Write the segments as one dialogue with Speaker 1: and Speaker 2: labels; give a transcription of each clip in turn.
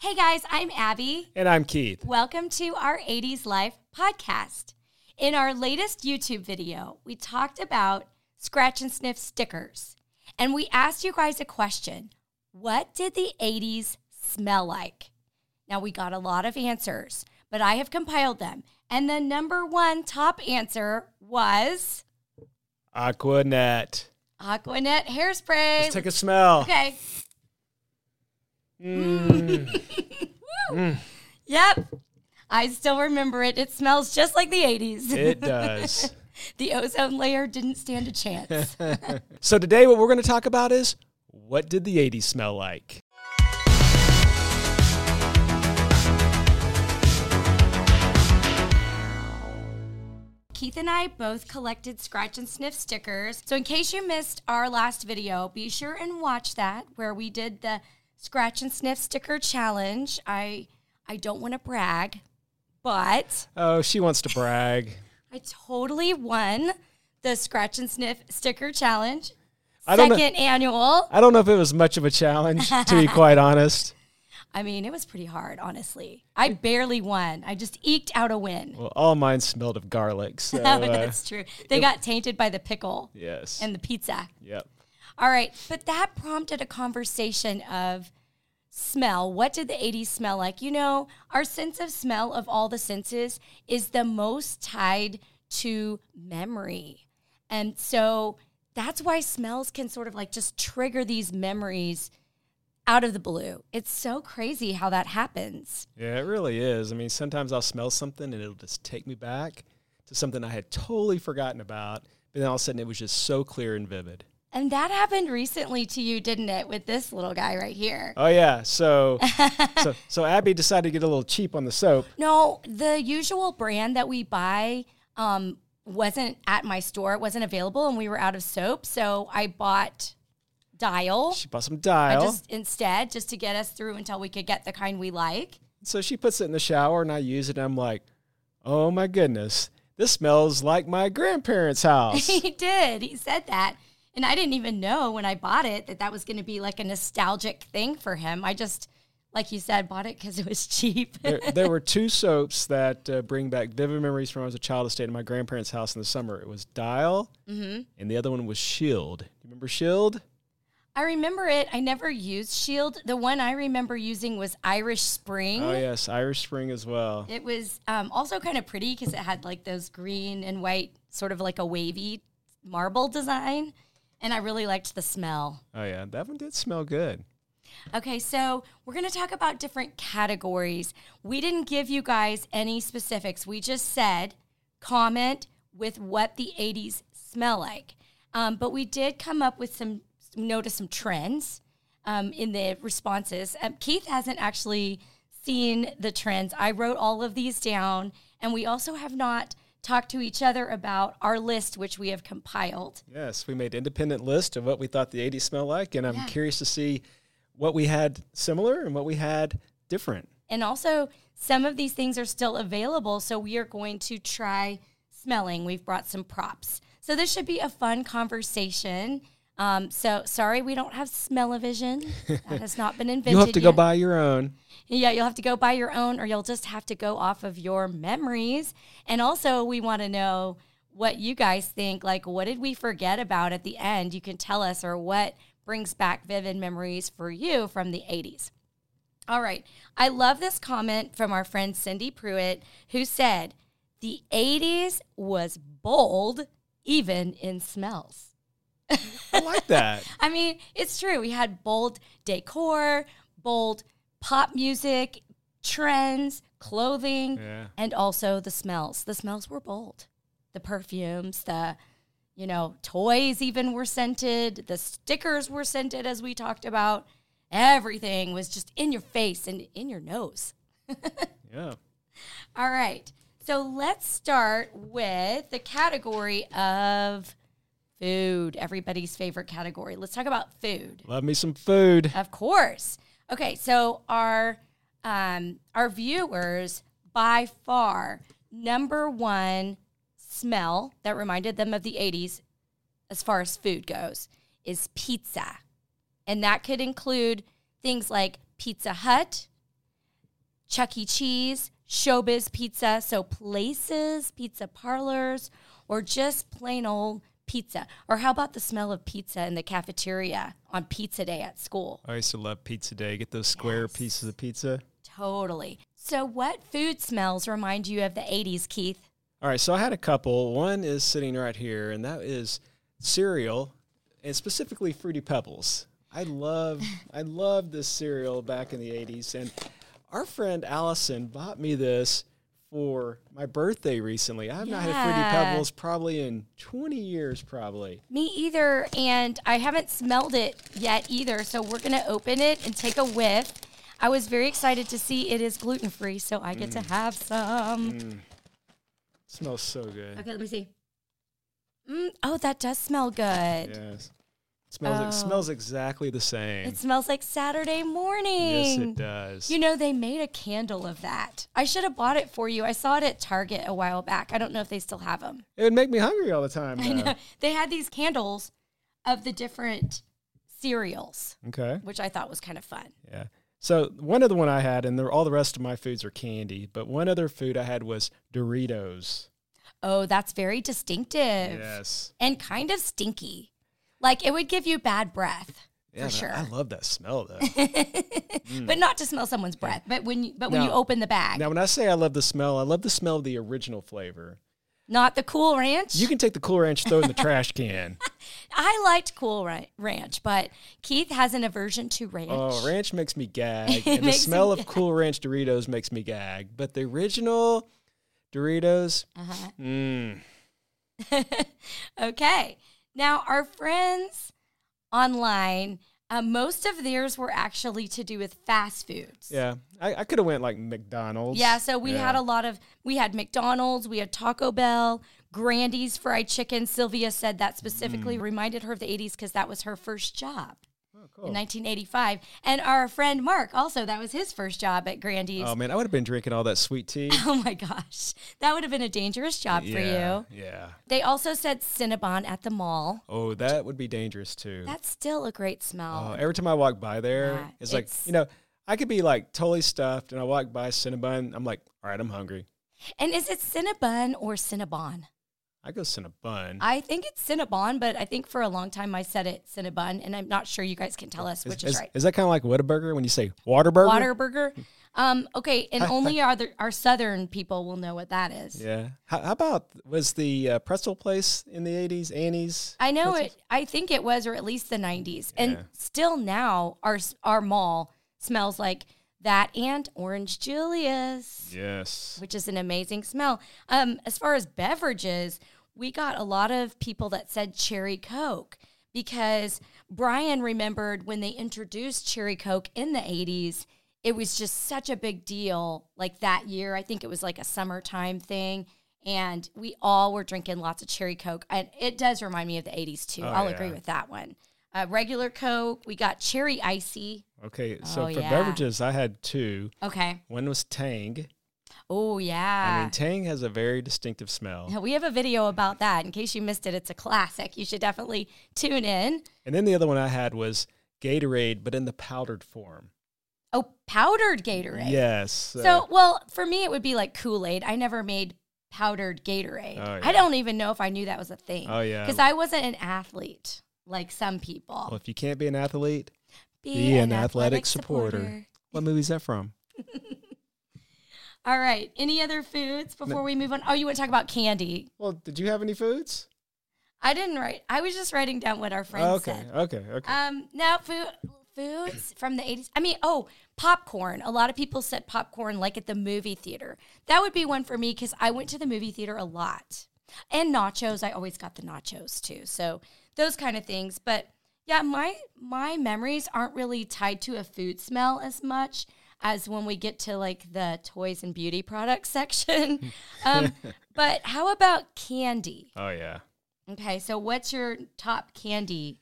Speaker 1: Hey guys, I'm Abby.
Speaker 2: And I'm Keith.
Speaker 1: Welcome to our 80s Life podcast. In our latest YouTube video, we talked about scratch and sniff stickers. And we asked you guys a question What did the 80s smell like? Now, we got a lot of answers, but I have compiled them. And the number one top answer was
Speaker 2: Aquanet.
Speaker 1: Aquanet hairspray.
Speaker 2: Let's take a smell.
Speaker 1: Okay.
Speaker 2: Mm.
Speaker 1: Woo. Yep. I still remember it. It smells just like the 80s.
Speaker 2: It does.
Speaker 1: the ozone layer didn't stand a chance.
Speaker 2: so today what we're going to talk about is what did the 80s smell like?
Speaker 1: Keith and I both collected scratch and sniff stickers. So, in case you missed our last video, be sure and watch that where we did the scratch and sniff sticker challenge. I I don't want to brag, but
Speaker 2: Oh, she wants to brag.
Speaker 1: I totally won the scratch and sniff sticker challenge.
Speaker 2: I don't know-
Speaker 1: Second annual.
Speaker 2: I don't know if it was much of a challenge, to be quite honest.
Speaker 1: I mean, it was pretty hard, honestly. I barely won. I just eked out a win.
Speaker 2: Well, all mine smelled of garlic. So, uh,
Speaker 1: That's true. They got tainted by the pickle
Speaker 2: yes.
Speaker 1: and the pizza.
Speaker 2: yep.
Speaker 1: All right. But that prompted a conversation of smell. What did the 80s smell like? You know, our sense of smell of all the senses is the most tied to memory. And so that's why smells can sort of like just trigger these memories out of the blue. It's so crazy how that happens.
Speaker 2: Yeah, it really is. I mean, sometimes I'll smell something and it'll just take me back to something I had totally forgotten about, but then all of a sudden it was just so clear and vivid.
Speaker 1: And that happened recently to you, didn't it, with this little guy right here?
Speaker 2: Oh yeah, so so so Abby decided to get a little cheap on the soap.
Speaker 1: No, the usual brand that we buy um, wasn't at my store. It wasn't available, and we were out of soap. So I bought Dial
Speaker 2: She bought some dial.
Speaker 1: just instead, just to get us through until we could get the kind we like.
Speaker 2: So she puts it in the shower and I use it and I'm like, oh my goodness, this smells like my grandparents' house.
Speaker 1: he did. He said that. And I didn't even know when I bought it that that was going to be like a nostalgic thing for him. I just, like you said, bought it because it was cheap.
Speaker 2: there, there were two soaps that uh, bring back vivid memories from when I was a child. I stayed in my grandparents' house in the summer. It was Dial and the other one was Shield. You remember Shield?
Speaker 1: I remember it. I never used Shield. The one I remember using was Irish Spring.
Speaker 2: Oh, yes, Irish Spring as well.
Speaker 1: It was um, also kind of pretty because it had like those green and white, sort of like a wavy marble design. And I really liked the smell.
Speaker 2: Oh, yeah, that one did smell good.
Speaker 1: Okay, so we're going to talk about different categories. We didn't give you guys any specifics. We just said comment with what the 80s smell like. Um, but we did come up with some, notice some trends um, in the responses. Um, Keith hasn't actually seen the trends. I wrote all of these down, and we also have not talked to each other about our list, which we have compiled.
Speaker 2: Yes, we made independent list of what we thought the 80s smelled like, and I'm curious to see what we had similar and what we had different.
Speaker 1: And also, some of these things are still available, so we are going to try smelling. We've brought some props. So this should be a fun conversation. Um, so sorry we don't have smell-o-vision. That has not been invented
Speaker 2: You'll have to go
Speaker 1: yet.
Speaker 2: buy your own.
Speaker 1: Yeah, you'll have to go buy your own or you'll just have to go off of your memories. And also, we want to know what you guys think. Like, what did we forget about at the end? You can tell us, or what brings back vivid memories for you from the 80s. All right. I love this comment from our friend Cindy Pruitt, who said, The 80s was bold, even in smells.
Speaker 2: I like that.
Speaker 1: I mean, it's true. We had bold decor, bold pop music, trends, clothing,
Speaker 2: Yeah.
Speaker 1: and also the smells. The smells were bold. The perfumes, the you know, toys even were scented, the stickers were scented as we talked about. Everything was just in your face and in your nose.
Speaker 2: Yeah.
Speaker 1: All right. So let's start with the category of food, everybody's favorite category. Let's talk about food.
Speaker 2: Love me some food.
Speaker 1: Of course. Okay, so our um, our viewers by far number one smell that reminded them of the '80s, as far as food goes, is pizza, and that could include things like Pizza Hut, Chuck E. Cheese, Showbiz Pizza, so places, pizza parlors, or just plain old pizza. Or how about the smell of pizza in the cafeteria on pizza day at school?
Speaker 2: I used to love pizza day. Get those square pieces of pizza.
Speaker 1: Totally. So, what food smells remind you of the 80s, Keith?
Speaker 2: All right, so I had a couple. One is sitting right here, and that is cereal, and specifically Fruity Pebbles. I love, I love this cereal back in the '80s, and our friend Allison bought me this for my birthday recently. I've not had Fruity
Speaker 1: Yeah.
Speaker 2: Pebbles probably in 20 years, probably.
Speaker 1: Me either, and I haven't smelled it yet either. So we're gonna open it and take a whiff. I was very excited to see it is gluten free, so I get to have some.
Speaker 2: smells so good.
Speaker 1: Okay, let me see. Mm, oh, that does smell good.
Speaker 2: Yes, smells
Speaker 1: Oh.
Speaker 2: it smells exactly the same.
Speaker 1: It smells like Saturday morning.
Speaker 2: yes, it does.
Speaker 1: You know, they made a candle of that. I should have bought it for you. I saw it at Target a while back. I don't know if they still have them.
Speaker 2: it would make me hungry all the time.
Speaker 1: I
Speaker 2: though.
Speaker 1: know. They had these candles of the different cereals,
Speaker 2: Okay.
Speaker 1: which I thought was kind of fun.
Speaker 2: Yeah. So one other one I had, and the, all the rest of my foods are candy, but one other food I had was Doritos.
Speaker 1: Oh, that's very distinctive.
Speaker 2: Yes.
Speaker 1: And kind of stinky. Like it would give you bad breath.
Speaker 2: Yeah,
Speaker 1: For
Speaker 2: I mm.
Speaker 1: sure.
Speaker 2: love that smell though.
Speaker 1: But not to smell someone's breath, but when you, but when you
Speaker 2: Now-
Speaker 1: open the bag.
Speaker 2: now, when I say I love the smell, I love the smell of the original flavor.
Speaker 1: Not the Cool Ranch.
Speaker 2: You can take the Cool Ranch, throw it in the trash can.
Speaker 1: I liked Cool Ra- Ranch, but Keith has an aversion to ranch.
Speaker 2: Oh, ranch makes me gag, and
Speaker 1: makes
Speaker 2: the
Speaker 1: me
Speaker 2: smell of Cool Ranch Doritos makes me gag. But the original Doritos,
Speaker 1: Uh-huh.
Speaker 2: mm,
Speaker 1: Okay. Now, our friends online, uh, most of theirs were actually to do with fast foods.
Speaker 2: yeah, I, I could have went like McDonald's.
Speaker 1: Yeah, so we
Speaker 2: Yeah.
Speaker 1: had a lot of we had McDonald's, we had Taco Bell, Grandy's fried chicken. Sylvia said that specifically
Speaker 2: Mm.
Speaker 1: reminded her of the 80s cuz that was her first job.
Speaker 2: Oh,
Speaker 1: In 1985, and our friend Mark also that was his first job at Grandy's.
Speaker 2: Oh man, I would have been drinking all that sweet tea.
Speaker 1: oh my gosh, that would have been a dangerous job for
Speaker 2: yeah,
Speaker 1: you.
Speaker 2: Yeah.
Speaker 1: They also said Cinnabon at the mall.
Speaker 2: Oh, that would be dangerous too.
Speaker 1: That's still a great smell.
Speaker 2: Oh, every time I walk by there,
Speaker 1: Yeah,
Speaker 2: it's like
Speaker 1: it's-
Speaker 2: you know, I could be like totally stuffed, and I walk by Cinnabon. I'm like, all right, I'm hungry.
Speaker 1: And is it Cinnabon or Cinnabon?
Speaker 2: I go Cinnabon.
Speaker 1: I think it's Cinnabon, but I think for a long time I said it Cinnabon, and I'm not sure you guys can tell us
Speaker 2: is,
Speaker 1: which is,
Speaker 2: is-
Speaker 1: right.
Speaker 2: is that kind of like Whataburger when you say Waterburger?
Speaker 1: Water burger. Um, okay, and only our other- our southern people will know what that is.
Speaker 2: Yeah. How, how about was the uh, pretzel place in the '80s, Annie's?
Speaker 1: I know it. I think it was, or at least the '90s,
Speaker 2: Yeah.
Speaker 1: and still now our s- our mall smells like that and Orange Julius.
Speaker 2: Yes.
Speaker 1: which is an amazing smell. Um, as far as beverages, we got a lot of people that said cherry coke because Brian remembered when they introduced cherry coke in the 80s, it was just such a big deal. Like that year, I think it was like a summertime thing. And we all were drinking lots of cherry coke. And it does remind me of the 80s too. I'll
Speaker 2: Oh, yeah.
Speaker 1: agree with that one. Uh, regular coke, we got cherry icy.
Speaker 2: Okay. So
Speaker 1: Oh,
Speaker 2: for
Speaker 1: yeah.
Speaker 2: beverages, I had two.
Speaker 1: Okay.
Speaker 2: One was Tang.
Speaker 1: Oh,
Speaker 2: I
Speaker 1: yeah.
Speaker 2: mean, Tang has a very distinctive smell.
Speaker 1: Yeah, we have a video about that. In case you missed it, it's a classic. You should definitely tune in.
Speaker 2: And then the other one I had was Gatorade, but in the powdered form.
Speaker 1: Oh, powdered Gatorade.
Speaker 2: Yes.
Speaker 1: So, well, for me, it would be like Kool Aid. I never made powdered Gatorade.
Speaker 2: Oh,
Speaker 1: I
Speaker 2: yeah.
Speaker 1: don't even know if I knew that was a thing.
Speaker 2: Oh, yeah.
Speaker 1: Because I wasn't an athlete like some people.
Speaker 2: well, if you can't be an athlete, be an athletic supporter. what movie is that from?
Speaker 1: All right. Any other foods before we move on? Oh, you want to talk about candy?
Speaker 2: Well, did you have any foods?
Speaker 1: I didn't write. I was just writing down what our friends
Speaker 2: Okay.
Speaker 1: said.
Speaker 2: Okay. Okay.
Speaker 1: Um, now food, foods from the eighties. I mean, oh, popcorn. A lot of people said popcorn, like at the movie theater. That would be one for me because I went to the movie theater a lot, and nachos. I always got the nachos too. So those kind of things. But yeah, my my memories aren't really tied to a food smell as much as when we get to like the toys and beauty products section. um, but how about candy?
Speaker 2: oh yeah.
Speaker 1: Okay, so what's your top candy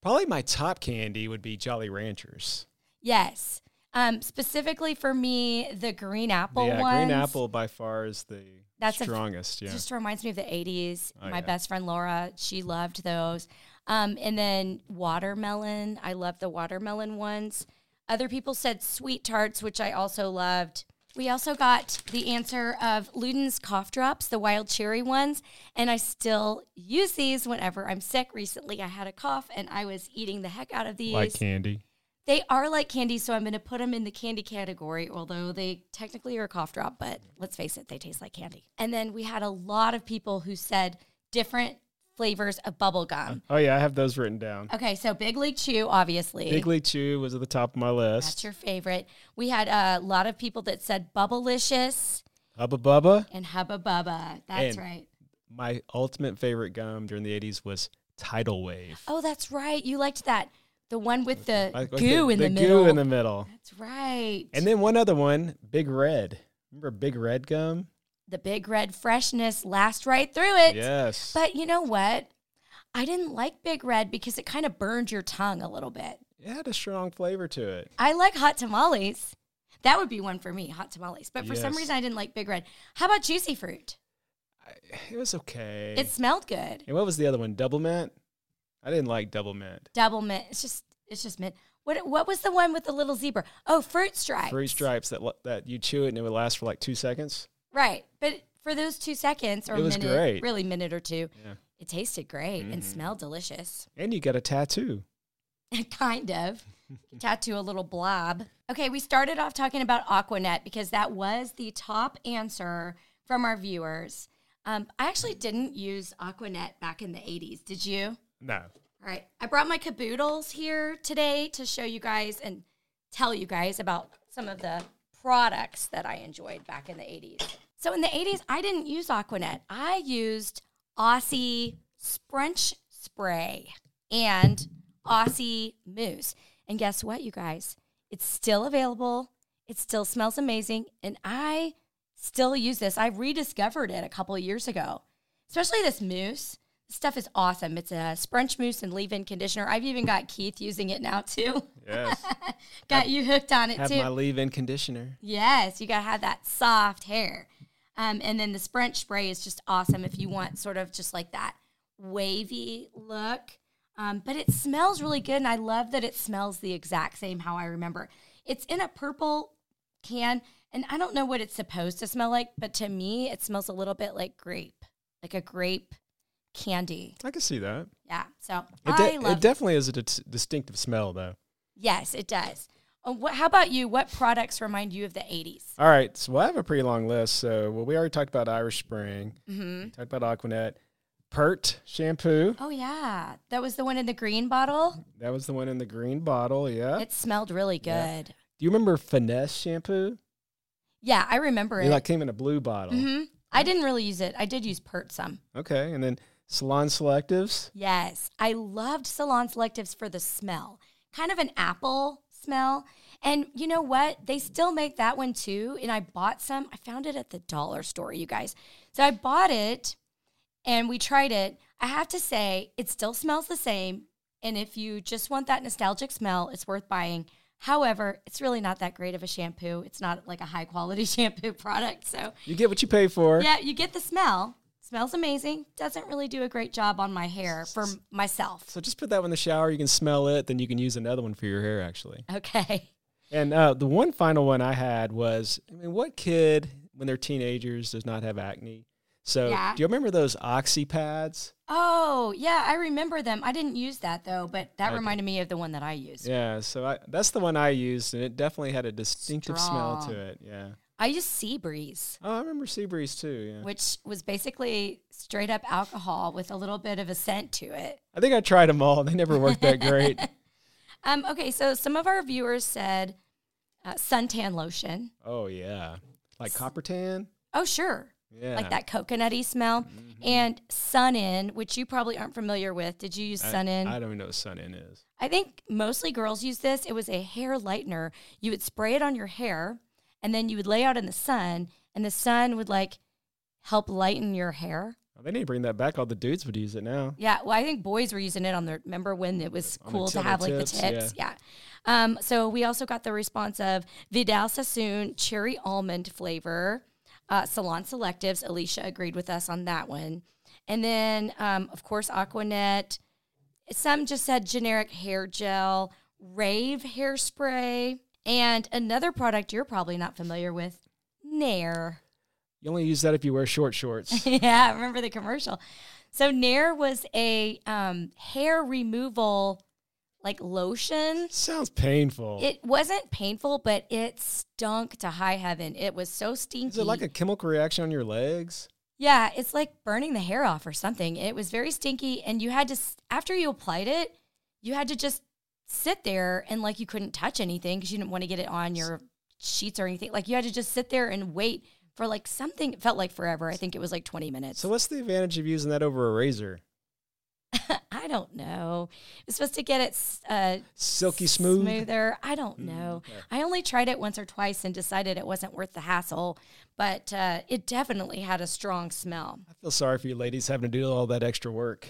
Speaker 2: Probably my top candy would be Jolly Ranchers.
Speaker 1: Yes. Um, specifically for me, the green apple
Speaker 2: yeah,
Speaker 1: ones.
Speaker 2: green apple by far is the
Speaker 1: That's a-
Speaker 2: strongest. yeah.
Speaker 1: Just reminds me of the 80s.
Speaker 2: Oh,
Speaker 1: My
Speaker 2: yeah.
Speaker 1: best friend Laura, she loved those. Um, and then watermelon. I love the watermelon ones. Other people said sweet tarts, which I also loved. We also got the answer of Luden's cough drops, the wild cherry ones, and I still use these whenever I'm sick. Recently, I had a cough and I was eating the heck out of these.
Speaker 3: like candy.
Speaker 1: They are like candy, so I'm going to put them in the candy category, although they technically are a cough drop, but let's face it, they taste like candy. And then we had a lot of people who said different flavors of bubble gum.
Speaker 2: Oh yeah, I have those written down.
Speaker 1: Okay, so Big League Chew, obviously.
Speaker 2: Big League Chew was at the top of my
Speaker 1: That's
Speaker 2: list.
Speaker 1: your favorite. We had a lot of people that said Bubblicious
Speaker 2: Hubba Bubba.
Speaker 1: and Hubba Bubba. That's
Speaker 2: And-
Speaker 1: right.
Speaker 2: My ultimate favorite gum during the 80s was Tidal Wave.
Speaker 1: Oh, that's right. You liked that. The one with the
Speaker 2: Like- like
Speaker 1: goo in the,
Speaker 2: goo
Speaker 1: middle.
Speaker 2: in the middle.
Speaker 1: that's right.
Speaker 2: And then one other one, Big Red. Remember Big Red gum?
Speaker 1: the big red freshness lasts right through it.
Speaker 2: Yes.
Speaker 1: But you know what? I didn't like Big Red because it kind of burned your tongue a little bit.
Speaker 2: It had a strong flavor to it.
Speaker 1: I like hot tamales. That would be one for me, hot tamales. But for some
Speaker 2: Yes.
Speaker 1: reason, I didn't like Big Red. How about Juicy Fruit?
Speaker 2: It was okay.
Speaker 1: It smelled good.
Speaker 2: and what was the other one? Double mint? I didn't like double mint.
Speaker 1: Double mint. It's just, it's just mint. What, what was the one with the little zebra? Oh, fruit stripes.
Speaker 2: Fruit stripes that lo- that you chew it and it would last for like two seconds.
Speaker 1: Right. But for those two seconds or
Speaker 2: It was
Speaker 1: minute,
Speaker 2: great.
Speaker 1: really minute or two,
Speaker 2: Yeah.
Speaker 1: it tasted great and
Speaker 2: Mhm.
Speaker 1: smelled delicious.
Speaker 2: And you got a tattoo.
Speaker 1: kind of. Tattoo a little blob. Okay, we started off talking about Aquanet because that was the top answer from our viewers. Um, I actually didn't use Aquanet back in the 80s. Did you?
Speaker 2: No.
Speaker 1: All right. I brought my caboodles here today to show you guys and tell you guys about some of the products that I enjoyed back in the 80s. So in the 80s, I didn't use Aquanet. I used Aussie Sprunch Spray and Aussie Mousse. And guess what, you guys? It's still available. It still smells amazing. And I still use this. I rediscovered it a couple of years ago, especially this mousse. This stuff is awesome. It's a Sprunch Mousse and leave in conditioner. I've even got Keith using it now, too.
Speaker 2: Yes.
Speaker 1: got you hooked on it,
Speaker 2: Have
Speaker 1: too.
Speaker 2: my leave in conditioner.
Speaker 1: Yes, you gotta have that soft hair. Um, and then the Sprint spray is just awesome if you want sort of just like that wavy look. Um, but it smells really good, and I love that it smells the exact same how I remember. It's in a purple can, and I don't know what it's supposed to smell like, but to me, it smells a little bit like grape, like a grape candy.
Speaker 2: I can see that.
Speaker 1: Yeah, so
Speaker 2: It,
Speaker 1: I
Speaker 2: de-
Speaker 1: love.
Speaker 2: it definitely is a dis- distinctive smell, though.
Speaker 1: yes, it does. Uh, what, how about you? What products remind you of the '80s?
Speaker 2: All right, so I have a pretty long list. So, well, we already talked about Irish Spring,
Speaker 1: Mm-hmm.
Speaker 2: we talked about Aquanet, Pert shampoo.
Speaker 1: Oh yeah, that was the one in the green bottle.
Speaker 2: That was the one in the green bottle. Yeah.
Speaker 1: It smelled really
Speaker 2: Yeah.
Speaker 1: good.
Speaker 2: Do you remember Finesse shampoo?
Speaker 1: Yeah, I remember
Speaker 2: It
Speaker 1: it.
Speaker 2: like came in a blue bottle.
Speaker 1: hmm I didn't really use it. I did use Pert some.
Speaker 2: Okay, and then Salon Selectives.
Speaker 1: Yes, I loved Salon Selectives for the smell, kind of an apple smell. And you know what? They still make that one too. And I bought some. I found it at the dollar store, you guys. So I bought it, and we tried it. I have to say, it still smells the same. And if you just want that nostalgic smell, it's worth buying. However, it's really not that great of a shampoo. It's not like a high quality shampoo product. So,
Speaker 2: You get what you pay for.
Speaker 1: yeah, you get the smell. Smells amazing. Doesn't really do a great job on my hair for m- myself.
Speaker 2: So just put that one in the shower. You can smell it. Then you can use another one for your hair, actually.
Speaker 1: Okay.
Speaker 2: And uh, the one final one I had was, I mean, what kid when they're teenagers does not have acne? So
Speaker 1: Yeah.
Speaker 2: do you remember those Oxy pads?
Speaker 1: Oh, yeah, I remember them. I didn't use that though, but that
Speaker 2: Okay.
Speaker 1: reminded me of the one that I used.
Speaker 2: Yeah. So I, that's the one I used, and it definitely had a distinctive smell
Speaker 1: Strong.
Speaker 2: to it. Yeah.
Speaker 1: I used Sea Breeze,
Speaker 2: Oh, I remember Sea Breeze too. Yeah.
Speaker 1: which was basically straight up alcohol with a little bit of a scent to it.
Speaker 2: I think I tried them all. They never worked that great.
Speaker 1: Um, okay, so some of our viewers said uh, suntan lotion.
Speaker 2: Oh yeah, like copper tan.
Speaker 1: Oh, sure.
Speaker 2: Yeah, Mm-hmm.
Speaker 1: Like that coconutty smell. And Sun In, which you probably aren't familiar with. Did you use
Speaker 2: I-
Speaker 1: Sun In?
Speaker 2: I don't even know what sun in is.
Speaker 1: I think mostly girls use this. It was a hair lightener. You would spray it on your hair and then you would lay out in the sun and the sun would like help lighten your hair.
Speaker 2: Oh, they need to bring that back. All the dudes would use it now.
Speaker 1: Yeah, well I think boys were using it on their remember when it was
Speaker 2: Mm-hmm. On the
Speaker 1: cool
Speaker 2: t-
Speaker 1: to
Speaker 2: on the
Speaker 1: have like
Speaker 2: tips,
Speaker 1: the tips. Yeah. Um so we also got the response of Vidal Sassoon cherry almond flavor. Uh, Salon Selectives, Alicia agreed with us on that one. And then, um, of course, Aquanet, some just said generic hair gel, rave hairspray, and another product you're probably not familiar with, Nair.
Speaker 2: You only use that if you wear short shorts.
Speaker 1: yeah, I remember the commercial. So Nair was a um, hair removal like lotion.
Speaker 2: Sounds painful.
Speaker 1: It wasn't painful, but it stunk to high heaven. It was so stinky.
Speaker 2: Is it like a chemical reaction on your legs?
Speaker 1: Yeah, it's like burning the hair off or something. It was very stinky, and you had to s- after you applied it, you had to just sit there and like you couldn't touch anything because you didn't want to get it on your sheets or anything. Like you had to just sit there and wait for like something. It felt like forever. I think it was like twenty minutes.
Speaker 2: So what's the advantage of using that over a razor?
Speaker 1: I don't know. It's supposed to get it s- uh,
Speaker 2: Silky smooth. Mm,
Speaker 1: smoother. I don't know.
Speaker 2: okay.
Speaker 1: I only tried it once or twice and decided it wasn't worth the hassle, but uh, it definitely had a strong smell.
Speaker 2: I feel sorry for you ladies having to do all that extra work.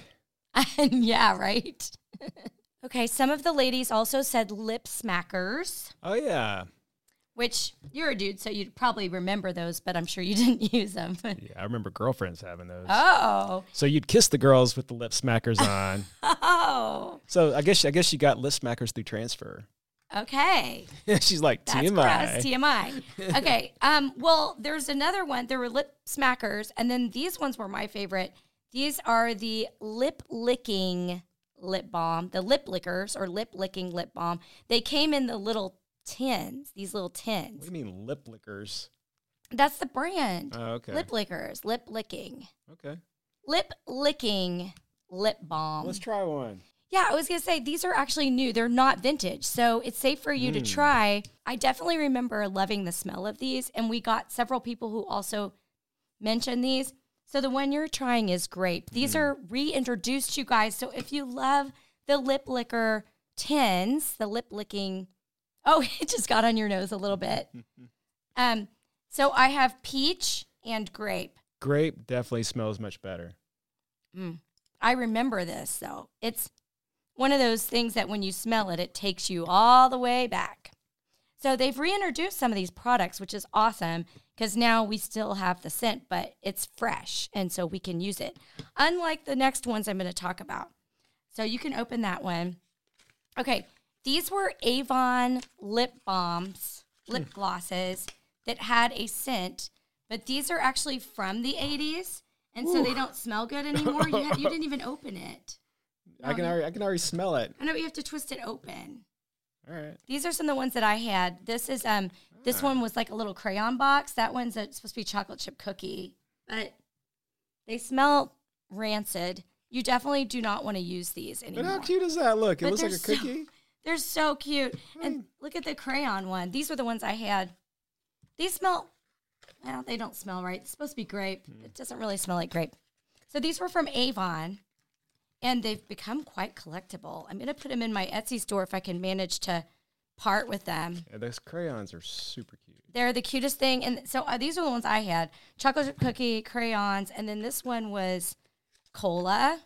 Speaker 1: yeah, right. okay, some of the ladies also said lip smackers,
Speaker 2: Oh yeah.
Speaker 1: which you're a dude, so you'd probably remember those, but I'm sure you didn't use them.
Speaker 2: Yeah, I remember girlfriends having those.
Speaker 1: oh,
Speaker 2: So you'd kiss the girls with the lip smackers on.
Speaker 1: oh,
Speaker 2: so I guess I guess you got lip smackers through transfer.
Speaker 1: okay.
Speaker 2: She's like
Speaker 1: That's
Speaker 2: TMI.
Speaker 1: gross. TMI. Okay. Um, well, there's another one. There were lip smackers, and then these ones were my favorite. These are the lip licking lip balm, the lip lickers or lip licking lip balm. They came in the little tins, these little
Speaker 2: what
Speaker 1: tins.
Speaker 2: do you mean lip lickers?
Speaker 1: That's the brand.
Speaker 2: Oh, okay.
Speaker 1: Lip lickers, lip licking,
Speaker 2: okay.
Speaker 1: lip licking lip balm.
Speaker 2: Let's try one.
Speaker 1: Yeah, I was gonna say these are actually new. They're not vintage, so it's safe for you to try. I definitely remember loving the smell of these, and we got several people who also mentioned these. So the one you're trying is grape. These are reintroduced, you guys. So if you love the lip liquor tins, the lip licking. Oh, it just got on your nose a little bit. um, so I have peach and grape.
Speaker 2: Grape definitely smells much better.
Speaker 1: I remember this though. It's one of those things that when you smell it, it takes you all the way back. So they've reintroduced some of these products, which is awesome because now we still have the scent, but it's fresh. And so we can use it, unlike the next ones I'm going to talk about. So you can open that one. Okay. These were Avon lip balms, lip glosses that had a scent, but these are actually from the 80s. And so they don't smell good anymore. You, ha- you didn't even open it.
Speaker 2: I
Speaker 1: Um.
Speaker 2: can already I can already smell it.
Speaker 1: I know you have to twist it open.
Speaker 2: All right.
Speaker 1: These are some of the ones that I had. This is um this one was like a little crayon box. That one's a, supposed to be chocolate chip cookie, but they smell rancid. You definitely do not want to use these
Speaker 2: But how
Speaker 1: anymore.
Speaker 2: cute does that look? It
Speaker 1: But
Speaker 2: looks like
Speaker 1: they're
Speaker 2: a
Speaker 1: so-
Speaker 2: cookie.
Speaker 1: They're so cute. And look at the crayon one. These were the ones I had. These smell well, they don't smell right. It's supposed to be grape. It doesn't really smell like grape. So these were from Avon and they've become quite collectible. I'm going to put them in my Etsy store if I can manage to part with them.
Speaker 2: Yeah, those crayons are super cute.
Speaker 1: They're the cutest thing. And so uh, these are the ones I had chocolate chip cookie, crayons, and then this one was cola.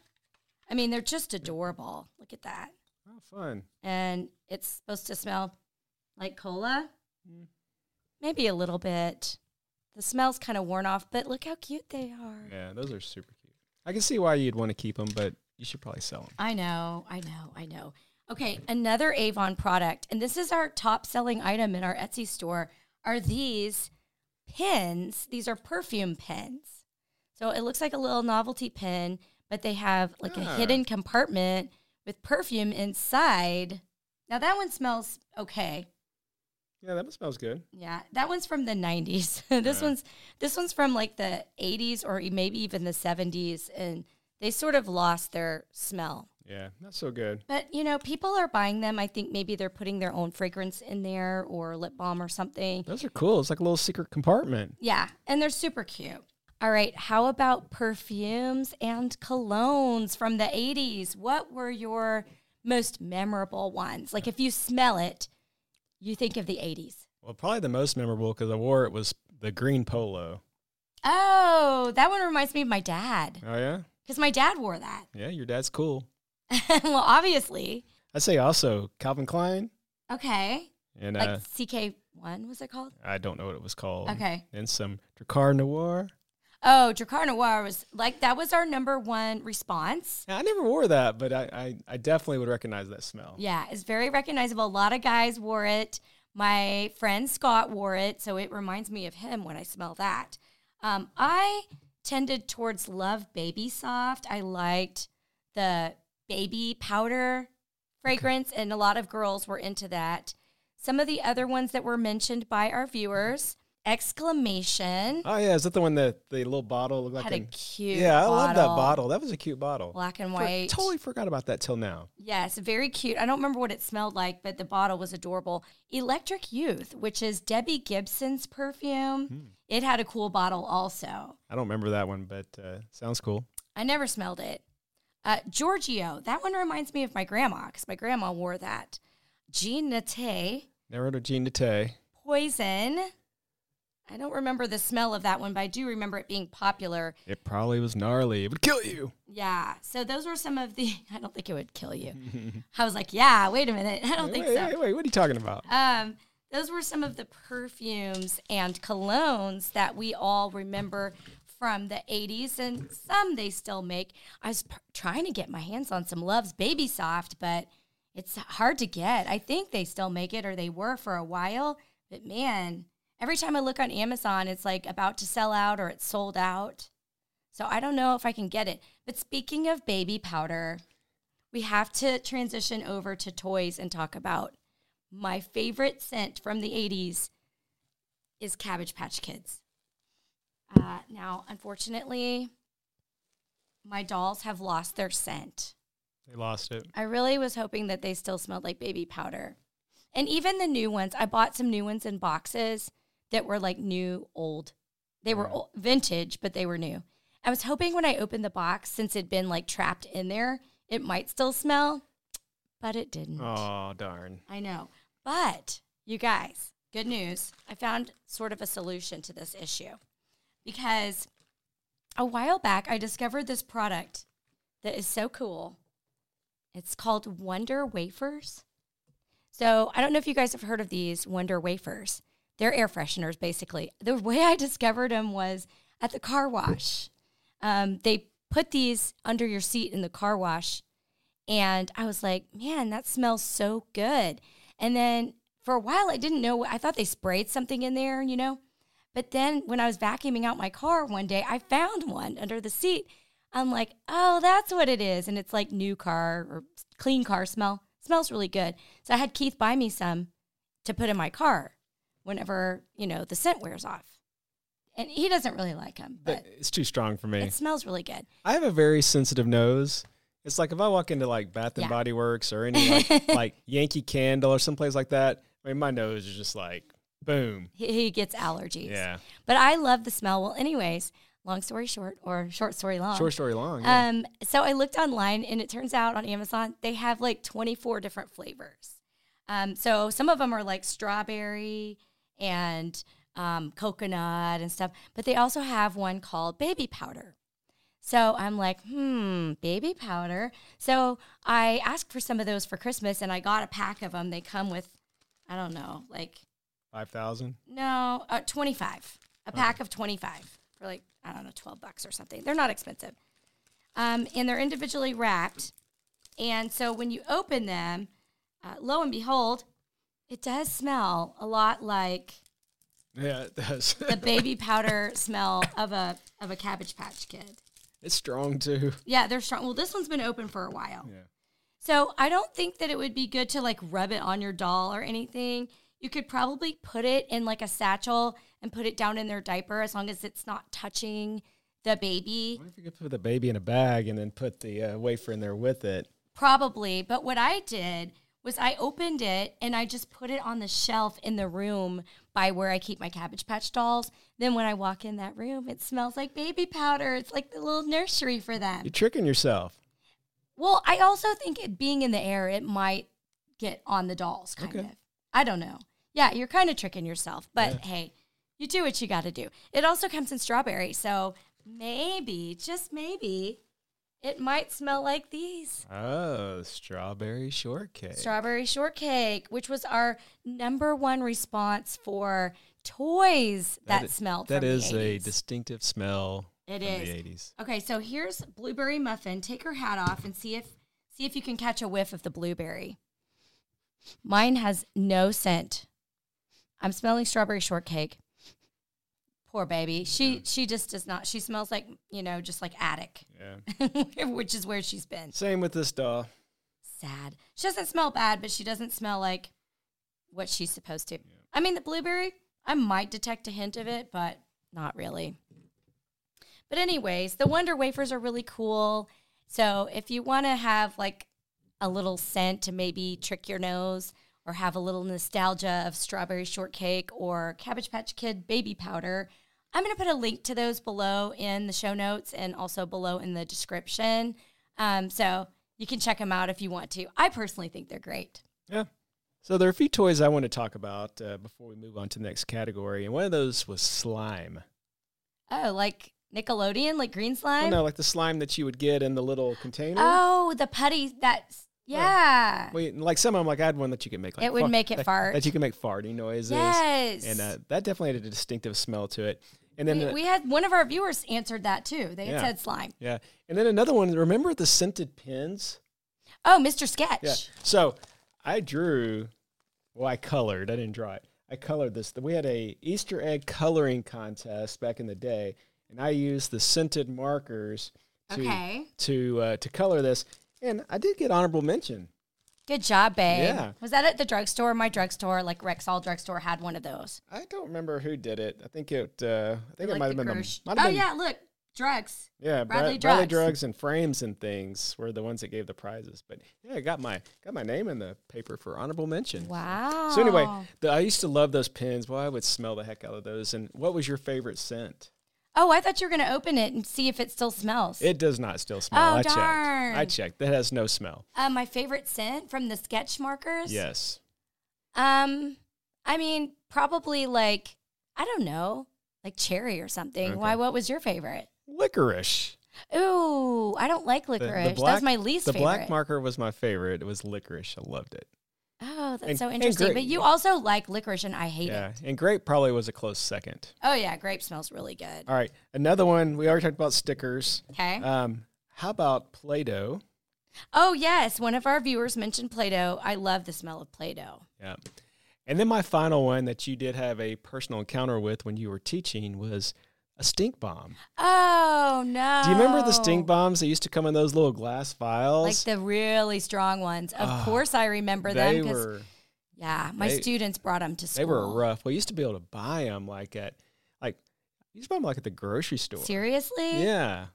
Speaker 1: I mean, they're just adorable. Look at that.
Speaker 2: Oh, fun.
Speaker 1: And it's supposed to smell like cola. Mm. Maybe a little bit. The smell's kind of worn off, but look how cute they are.
Speaker 2: Yeah, those are super cute. I can see why you'd want to keep them, but you should probably sell them.
Speaker 1: I know, I know, I know. Okay, another Avon product, and this is our top selling item in our Etsy store, are these pins. These are perfume pins. So it looks like a little novelty pin, but they have like a
Speaker 2: Ah.
Speaker 1: hidden compartment with perfume inside. Now that one smells okay.
Speaker 2: Yeah, that one smells good.
Speaker 1: Yeah, that one's from the 90s. this
Speaker 2: Yeah.
Speaker 1: one's this one's from like the 80s or e- maybe even the 70s and they sort of lost their smell.
Speaker 2: Yeah, not so good.
Speaker 1: But you know, people are buying them. I think maybe they're putting their own fragrance in there or lip balm or something.
Speaker 2: Those are cool. It's like a little secret compartment.
Speaker 1: Yeah, and they're super cute. All right, how about perfumes and colognes from the 80s? What were your most memorable ones? Like if you smell it, you think of the 80s.
Speaker 2: Well, probably the most memorable because I wore it was the green polo.
Speaker 1: Oh, that one reminds me of my dad
Speaker 2: Oh yeah,
Speaker 1: because my dad wore that.
Speaker 2: yeah. Your dad's cool.
Speaker 1: well, obviously.
Speaker 2: I'd say also Calvin Klein
Speaker 1: Okay.
Speaker 2: and
Speaker 1: Like
Speaker 2: uh,
Speaker 1: CK1 was it called?
Speaker 2: I don't know what it was called.
Speaker 1: Okay.
Speaker 2: And some Dracar Noir.
Speaker 1: Oh, Dracar Noir was like that was our number one response.
Speaker 2: Now, I never wore that, but I, I, I definitely would recognize that smell.
Speaker 1: Yeah, it's very recognizable. A lot of guys wore it. My friend Scott wore it, so it reminds me of him when I smell that. Um, I tended towards Love Baby Soft. I liked the baby powder fragrance, and a lot of girls were into that. Some of the other ones that were mentioned by our viewers, exclamation,
Speaker 2: Oh yeah, is that the one that the little bottle looked like?
Speaker 1: had a
Speaker 2: an-
Speaker 1: cute
Speaker 2: Uh, yeah, I love that
Speaker 1: bottle,
Speaker 2: bottle. That was a cute bottle.
Speaker 1: black and
Speaker 2: For-
Speaker 1: white.
Speaker 2: totally forgot about that till now.
Speaker 1: Yes, very cute. I don't remember what it smelled like, but the bottle was adorable. Electric Youth, which is Debbie Gibson's perfume,
Speaker 2: Hmm.
Speaker 1: it had a cool bottle also.
Speaker 2: I don't remember that one, but uh, sounds cool.
Speaker 1: I never smelled it. Uh, Giorgio, that one reminds me of my grandma because my grandma wore that. Jean Nate,
Speaker 2: Never heard of Jean Dete.
Speaker 1: Poison. I don't remember the smell of that one, but I do remember it being popular.
Speaker 2: It probably was gnarly. It would kill you.
Speaker 1: Yeah. So those were some of the. I don't think it would kill you. I was like, yeah, wait a minute. I don't
Speaker 2: wait,
Speaker 1: think so.
Speaker 2: wait, wait, what are you talking about?
Speaker 1: Um, those were some of the perfumes and colognes that we all remember from the 80s, and some they still make. I was p- trying to get my hands on some Love's Baby Soft, but it's hard to get. I think they still make it, or they were for a while, but man, every time I look on Amazon, it's like about to sell out or it's sold out. So I don't know if I can get it. But speaking of baby powder, we have to transition over to toys and talk about my favorite scent from the 80s is Cabbage Patch Kids. Uh, now, unfortunately, my dolls have lost their scent.
Speaker 2: They lost it.
Speaker 1: I really was hoping that they still smelled like baby powder. And even the new ones, I bought some new ones in boxes that were like new, old. They were
Speaker 2: Yeah.
Speaker 1: old, vintage, but they were new. I was hoping when I opened the box, since it'd been like trapped in there, it might still smell, but it didn't.
Speaker 2: Oh, darn.
Speaker 1: I know. But you guys, good news. I found sort of a solution to this issue because a while back I discovered this product that is so cool. It's called Wonder Wafers. So I don't know if you guys have heard of these Wonder Wafers. They're air fresheners, basically. The way I discovered them was at the car wash. Um, they put these under your seat in the car wash and I was like, man, that smells so good. And then for a while, I didn't know. I thought they sprayed something in there, you know. But then when I was vacuuming out my car one day, I found one under the seat. I'm like, oh, that's what it is. And it's like new car or clean car smell. Smells really good. So I had Keith buy me some to put in my car whenever, you know, the scent wears off. And he doesn't really like them, but
Speaker 2: It's too strong for me.
Speaker 1: it smells really good.
Speaker 2: I have a very sensitive nose. It's like if I walk into like Bath and
Speaker 1: Yeah.
Speaker 2: Body Works or any like, like Yankee Candle or someplace like that, I mean, my nose is just like boom.
Speaker 1: He, he gets allergies.
Speaker 2: Yeah.
Speaker 1: But I love the smell. Well, anyways, long story short, or short story long.
Speaker 2: Short story long. yeah.
Speaker 1: Um, so I looked online, and it turns out on Amazon they have like 24 different flavors. Um, so some of them are like strawberry and um, coconut and stuff, but they also have one called baby powder. So I'm like, hmm, baby powder. So I asked for some of those for Christmas, and I got a pack of them. They come with, I don't know, like
Speaker 2: 5,000.
Speaker 1: no, uh, 25. A pack of 25 for like, I don't know, 12 bucks or something. They're not expensive. Um, and they're individually wrapped. And so when you open them, uh, lo and behold, it does smell a lot like
Speaker 2: Yeah, it does.
Speaker 1: the baby powder smell of a of a cabbage patch kid.
Speaker 2: it's strong too.
Speaker 1: Yeah, they're strong. Well, this one's been open for a while.
Speaker 2: Yeah.
Speaker 1: So I don't think that it would be good to like rub it on your doll or anything. You could probably put it in like a satchel and put it down in their diaper as long as it's not touching the baby.
Speaker 2: What if you could put the baby in a bag and then put the uh, wafer in there with it?
Speaker 1: Probably. But what I did was I opened it and I just put it on the shelf in the room by where I keep my Cabbage Patch dolls. Then when I walk in that room, it smells like baby powder. It's like the little nursery for them.
Speaker 2: You're tricking yourself.
Speaker 1: Well, I also think it being in the air, it might get on the dolls, kind
Speaker 2: Okay.
Speaker 1: of. I don't know. Yeah, you're kind of tricking yourself, but hey, you do what you got to do. It also comes in strawberry, so maybe, just maybe, it might smell like these
Speaker 2: Oh, strawberry shortcake.
Speaker 1: strawberry shortcake, which was our number one response for toys that,
Speaker 2: i-
Speaker 1: smelled.
Speaker 2: That
Speaker 1: from
Speaker 2: is
Speaker 1: the 80s.
Speaker 2: a distinctive smell.
Speaker 1: It
Speaker 2: It
Speaker 1: is.
Speaker 2: is the 80s.
Speaker 1: Okay, so here's blueberry muffin. Take her hat off and see if see if you can catch a whiff of the blueberry. Mine has no scent I'm smelling strawberry shortcake. Poor baby. She she just does not. She smells like, you know, just like attic,
Speaker 2: Yeah.
Speaker 1: which is where she's been.
Speaker 2: Same with this doll.
Speaker 1: Sad. She doesn't smell bad, but she doesn't smell like what she's supposed to. I mean, the blueberry, I might detect a hint of it, but not really. But anyways, the Wonder wafers are really cool. So if you want to have like a little scent to maybe trick your nose or have a little nostalgia of strawberry shortcake or cabbage patch kid baby powder, I'm going to put a link to those below in the show notes and also below in the description. Um, so you can check them out if you want to. I personally think they're great.
Speaker 2: Yeah. So there are a few toys I want to talk about uh, before we move on to the next category, and one of those was slime.
Speaker 1: Oh, like Nickelodeon, like green slime?
Speaker 2: Well, no, like the slime that you would get in the little container.
Speaker 1: Oh, the putty. That's, yeah.
Speaker 2: Well, you- like some of them, like I had one that you could make. Like,
Speaker 1: It would make it
Speaker 2: that-
Speaker 1: fart.
Speaker 2: That you can make farting noises.
Speaker 1: Yes.
Speaker 2: And uh, that definitely had a distinctive smell to it. And then,
Speaker 1: we,
Speaker 2: the-
Speaker 1: we had one of our viewers answered that too. They had
Speaker 2: Yeah.
Speaker 1: said slime.
Speaker 2: yeah. And then another one. Remember the scented pins?
Speaker 1: Oh, Mr. Sketch.
Speaker 2: Yeah. So I drew, well, I colored. I didn't draw it. I colored this. We had a Easter egg coloring contest back in the day, and I used the scented markers to
Speaker 1: Okay.
Speaker 2: to uh, to color this. And I did get honorable mention.
Speaker 1: Good job, babe.
Speaker 2: Yeah.
Speaker 1: Was that at the drugstore? My drugstore, like Rexall drugstore, had one of those.
Speaker 2: I don't remember who did it. I think it. Uh, I think it
Speaker 1: Like
Speaker 2: might
Speaker 1: the
Speaker 2: have been.
Speaker 1: Gersh-
Speaker 2: The, might
Speaker 1: oh,
Speaker 2: have been,
Speaker 1: yeah, look. Drugs.
Speaker 2: Yeah,
Speaker 1: Bradley
Speaker 2: Bradley, Bradley
Speaker 1: Drugs.
Speaker 2: Drugs and Frames and things were the ones that gave the prizes. But yeah, I got my got my name in the paper for honorable mention.
Speaker 1: Wow.
Speaker 2: So anyway, the, I used to love those pins. Well, I would smell the heck out of those. And what was your favorite scent?
Speaker 1: Oh, I thought you were going to open it and see if it still smells.
Speaker 2: It does not still
Speaker 1: Oh,
Speaker 2: smell. I
Speaker 1: darn.
Speaker 2: checked. I checked. That has no smell.
Speaker 1: uh, my favorite scent from the sketch markers.
Speaker 2: Yes.
Speaker 1: Um, I mean, probably like, I don't know, like cherry or something. Why? What was your favorite?
Speaker 2: Licorice.
Speaker 1: Ooh, I don't like
Speaker 2: The- the
Speaker 1: licorice. That's
Speaker 2: black-
Speaker 1: my least
Speaker 2: The
Speaker 1: favorite.
Speaker 2: black marker was my favorite. It was licorice. I loved it.
Speaker 1: Oh, that's
Speaker 2: And-
Speaker 1: so
Speaker 2: and
Speaker 1: interesting.
Speaker 2: grape.
Speaker 1: But you also like licorice, and I hate it.
Speaker 2: Yeah. And grape probably was a close second.
Speaker 1: Oh yeah, grape smells really good.
Speaker 2: All right. Another one. We already talked about stickers.
Speaker 1: Okay.
Speaker 2: Um, how about Play-Doh?
Speaker 1: oh yes, one of our viewers mentioned Play-Doh. I love the smell of Play-Doh.
Speaker 2: Yeah. And then my final one that you did have a personal encounter with when you were teaching was a stink bomb.
Speaker 1: Oh no.
Speaker 2: Do you remember the stink bombs that used to come in those little glass
Speaker 1: Oh. Like
Speaker 2: vials?
Speaker 1: the really strong ones. Of
Speaker 2: Ah,
Speaker 1: course, I remember
Speaker 2: they
Speaker 1: them because
Speaker 2: were
Speaker 1: yeah, my
Speaker 2: they-
Speaker 1: students brought them to school.
Speaker 2: they were rough. We used to be able to buy them like at like you used to buy them like at the grocery store.
Speaker 1: Seriously?
Speaker 2: Yeah.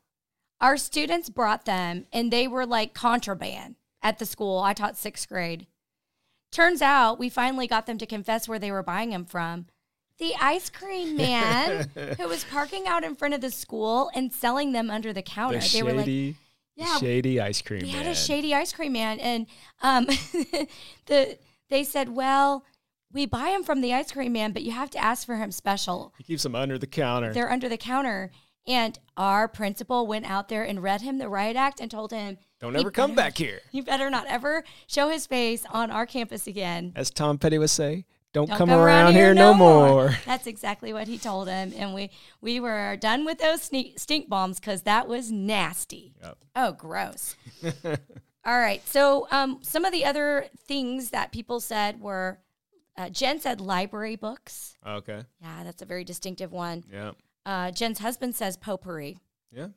Speaker 1: Our students brought them and they were like contraband at the school. I taught sixth grade. Turns out we finally got them to confess where they were buying them from. The ice cream man who was parking out in front of the school and selling them under the counter.
Speaker 2: The
Speaker 1: they were like,
Speaker 2: shady,
Speaker 1: Yeah,
Speaker 2: shady ice cream.
Speaker 1: we
Speaker 2: man.
Speaker 1: had a shady ice cream man, and um, the they said, "Well, we buy them from the ice cream man, but you have to ask for him special.
Speaker 2: He keeps them under the counter.
Speaker 1: They're under the counter." And our principal went out there and read him the riot act and told him,
Speaker 2: Don't
Speaker 1: he
Speaker 2: ever come
Speaker 1: better-
Speaker 2: back here.
Speaker 1: You better not ever show his face on our campus again.
Speaker 2: As Tom Petty would say, don't,
Speaker 1: Don't
Speaker 2: come, around, here, no more.
Speaker 1: That's exactly what he told him, and we we were done with those sneak, stink bombs because that was nasty.
Speaker 2: Yep.
Speaker 1: Oh, gross. All right. So, um, some of the other things that people said were uh, Jen said library books.
Speaker 2: Okay.
Speaker 1: Yeah, that's a very distinctive one.
Speaker 2: Yeah.
Speaker 1: Uh, Jen's husband says potpory.
Speaker 2: Yeah.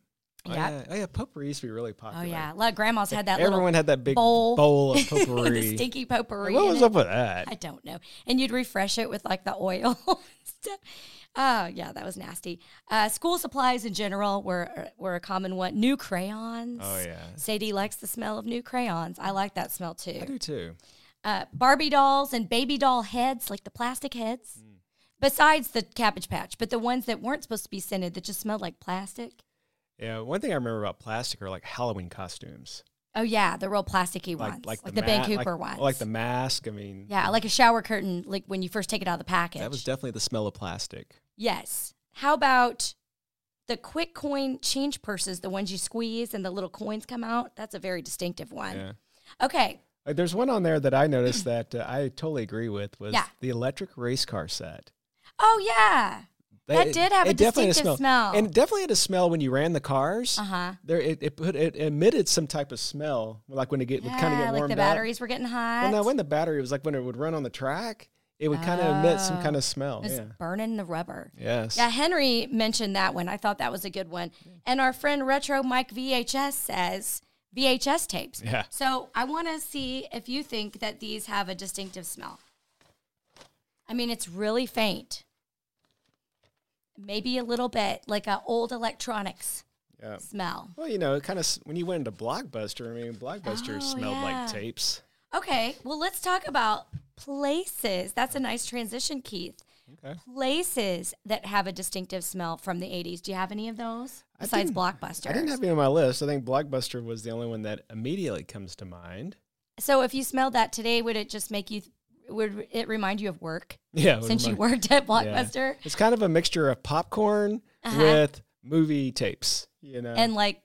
Speaker 2: Oh,
Speaker 1: Yep.
Speaker 2: yeah. Oh, yeah. Potpourri used to be really
Speaker 1: Oh,
Speaker 2: popular.
Speaker 1: yeah. A lot of grandmas had that
Speaker 2: Everyone had that big
Speaker 1: bowl.
Speaker 2: bowl, of
Speaker 1: little with
Speaker 2: potpourri.
Speaker 1: the stinky potpourri.
Speaker 2: what
Speaker 1: in
Speaker 2: was
Speaker 1: it.
Speaker 2: up with that?
Speaker 1: I don't know. And you'd refresh it with like the oil. and stuff. Oh yeah, that was nasty. Uh, school supplies in general were uh, were a common one. New crayons.
Speaker 2: Oh, yeah.
Speaker 1: Sadie likes the smell of new crayons. I like that smell too.
Speaker 2: I do too.
Speaker 1: uh, Barbie dolls and baby doll heads, like the plastic heads,
Speaker 2: Mm.
Speaker 1: besides the Cabbage Patch, but the ones that weren't supposed to be scented that just smelled like plastic.
Speaker 2: Yeah. One thing I remember about plastic are like Halloween costumes,
Speaker 1: Oh yeah, the real plasticky
Speaker 2: like
Speaker 1: ones,
Speaker 2: like,
Speaker 1: the,
Speaker 2: ma-
Speaker 1: Vancouver
Speaker 2: like,
Speaker 1: ones,
Speaker 2: like the mask. I mean,
Speaker 1: yeah, like a shower curtain, like when you first take it out of the package.
Speaker 2: that was definitely the smell of plastic.
Speaker 1: yes. How about the quick coin change purses, the ones you squeeze and the little coins come out? That's a very distinctive one.
Speaker 2: Yeah.
Speaker 1: Okay,
Speaker 2: Like, there's one on there that I noticed that uh, I totally agree with was
Speaker 1: Yeah.
Speaker 2: the electric race car set.
Speaker 1: oh yeah, That did have a
Speaker 2: definitely had
Speaker 1: distinctive smell.
Speaker 2: and it definitely had a smell when you ran the cars.
Speaker 1: uh huh.
Speaker 2: There, it, it put it emitted some type of smell, like when it get would kind of
Speaker 1: Yeah,
Speaker 2: get
Speaker 1: like
Speaker 2: warmed
Speaker 1: the
Speaker 2: up.
Speaker 1: batteries were getting hot.
Speaker 2: Well, now when the battery was like when it would run on the track, It would kind of emit some kind of smell.
Speaker 1: It's
Speaker 2: Yeah.
Speaker 1: burning the rubber.
Speaker 2: Yes.
Speaker 1: Oh. Yeah, Henry mentioned that one. I thought that was a good one. And our friend Retro Mike VHS says VHS tapes.
Speaker 2: Yeah.
Speaker 1: So I want to see if you think that these have a distinctive smell. I mean, it's really faint. Maybe a little bit like an old electronics
Speaker 2: Yeah.
Speaker 1: smell.
Speaker 2: Well, you know, it kind of when you went into Blockbuster. I mean, Blockbuster
Speaker 1: Oh,
Speaker 2: smelled
Speaker 1: yeah.
Speaker 2: like tapes.
Speaker 1: Okay, well, let's talk about places. That's a nice transition, Keith.
Speaker 2: Okay.
Speaker 1: Places that have a distinctive smell from the 80s. Do you have any of those
Speaker 2: I
Speaker 1: besides
Speaker 2: didn't-
Speaker 1: Blockbuster?
Speaker 2: I didn't have any on my list. I think Blockbuster was the only one that immediately comes to mind.
Speaker 1: So if you smelled that today, would it just make you? Would it remind you of work
Speaker 2: Yeah. it was
Speaker 1: since you
Speaker 2: my-
Speaker 1: worked at
Speaker 2: yeah.
Speaker 1: Blockbuster
Speaker 2: It's kind of a mixture of popcorn
Speaker 1: Uh-huh.
Speaker 2: with movie tapes. You know.
Speaker 1: and like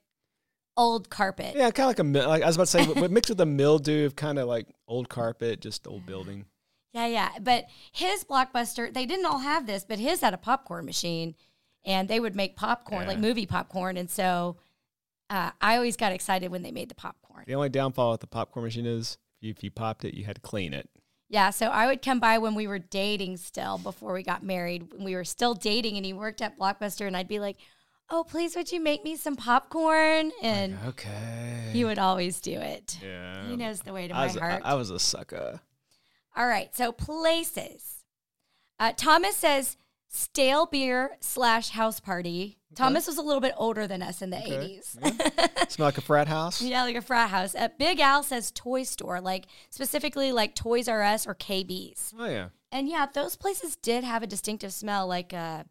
Speaker 1: old carpet?
Speaker 2: yeah, kind of like a mil- like I was about to say, but mixed with a mildew of kind of like old carpet, just old building.
Speaker 1: Yeah, yeah. But his Blockbuster, they didn't all have this, but his had a popcorn machine, and they would make popcorn like
Speaker 2: Yeah.
Speaker 1: movie popcorn, and so uh, I always got excited when they made the popcorn.
Speaker 2: The only downfall with the popcorn machine is if you popped it, you had to clean it.
Speaker 1: Yeah, so I would come by when we were dating still before we got married. When we were still dating and he worked at Blockbuster and I'd be like, "Oh, please would you make me some popcorn?" and
Speaker 2: Okay.
Speaker 1: he would always do it.
Speaker 2: yeah.
Speaker 1: He knows the way to
Speaker 2: I
Speaker 1: my
Speaker 2: was, I,
Speaker 1: heart.
Speaker 2: I was a sucker.
Speaker 1: All right, so places. Uh, Thomas says stale beer slash house party. Thomas was a little bit older than us in the
Speaker 2: Okay,
Speaker 1: 80s.
Speaker 2: Smell like a frat house.
Speaker 1: yeah, like a frat house. Uh, Big Al says toy store, like specifically like Toys R Us or KB's.
Speaker 2: Oh yeah.
Speaker 1: And yeah, those places did have a distinctive smell, like uh,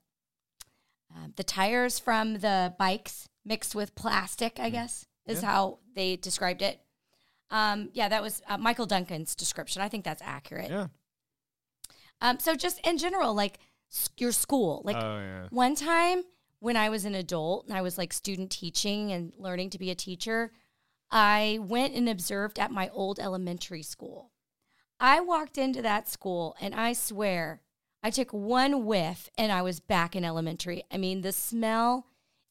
Speaker 1: uh, the tires from the bikes mixed with plastic. I guess is how they described it. Um, yeah, that was uh, Michael Duncan's description. I think that's accurate.
Speaker 2: Yeah.
Speaker 1: Um, so just in general, like s- your school, like
Speaker 2: oh yeah.
Speaker 1: one time when I was an adult and I was like student teaching and learning to be a teacher, I went and observed at my old elementary school. I walked into that school and I swear I took one whiff and I was back in elementary. I mean, the smell,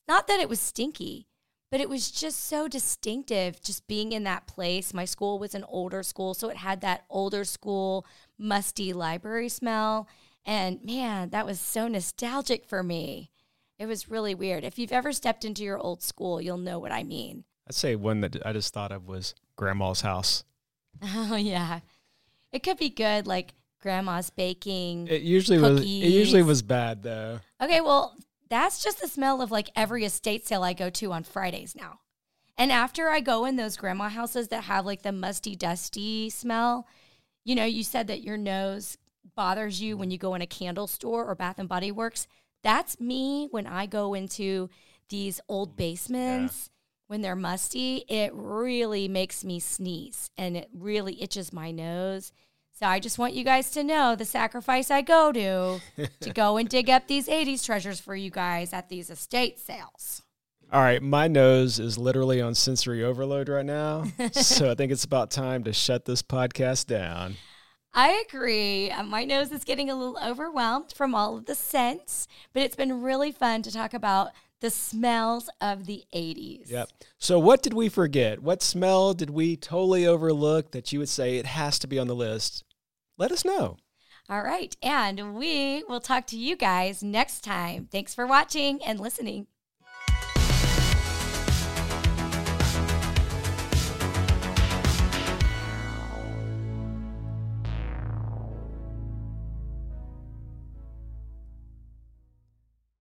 Speaker 1: not that it was stinky, but it was just so distinctive just being in that place. My school was an older school, so it had that older school, musty library smell. And man, that was so nostalgic for me. It was really weird. If you've ever stepped into your old school, you'll know what I mean.
Speaker 2: I'd say one that I just thought of was Grandma's house.
Speaker 1: Oh, yeah. It could be good, like grandma's baking.
Speaker 2: It usually was. It usually
Speaker 1: Cookies.
Speaker 2: was bad though.
Speaker 1: Okay, well, that's just the smell of like every estate sale I go to on Fridays now. And after I go in those grandma houses that have like the musty, dusty smell, you know, you said that your nose bothers you when you go in a candle store or Bath and Body Works. That's me when I go into these old basements when they're musty. It really makes me sneeze and it really itches my nose. So I just want you guys to know the sacrifice I go to to go and dig up these 80s treasures for you guys at these estate sales.
Speaker 2: All right, my nose is literally on sensory overload right now, so I think it's about time to shut this podcast down.
Speaker 1: I agree. Uh, My nose is getting a little overwhelmed from all of the scents, but it's been really fun to talk about the smells of the 80s.
Speaker 2: Yep. So, what did we forget? What smell did we totally overlook that you would say it has to be on the list? Let us know.
Speaker 1: All right. And we will talk to you guys next time. Thanks for watching and listening.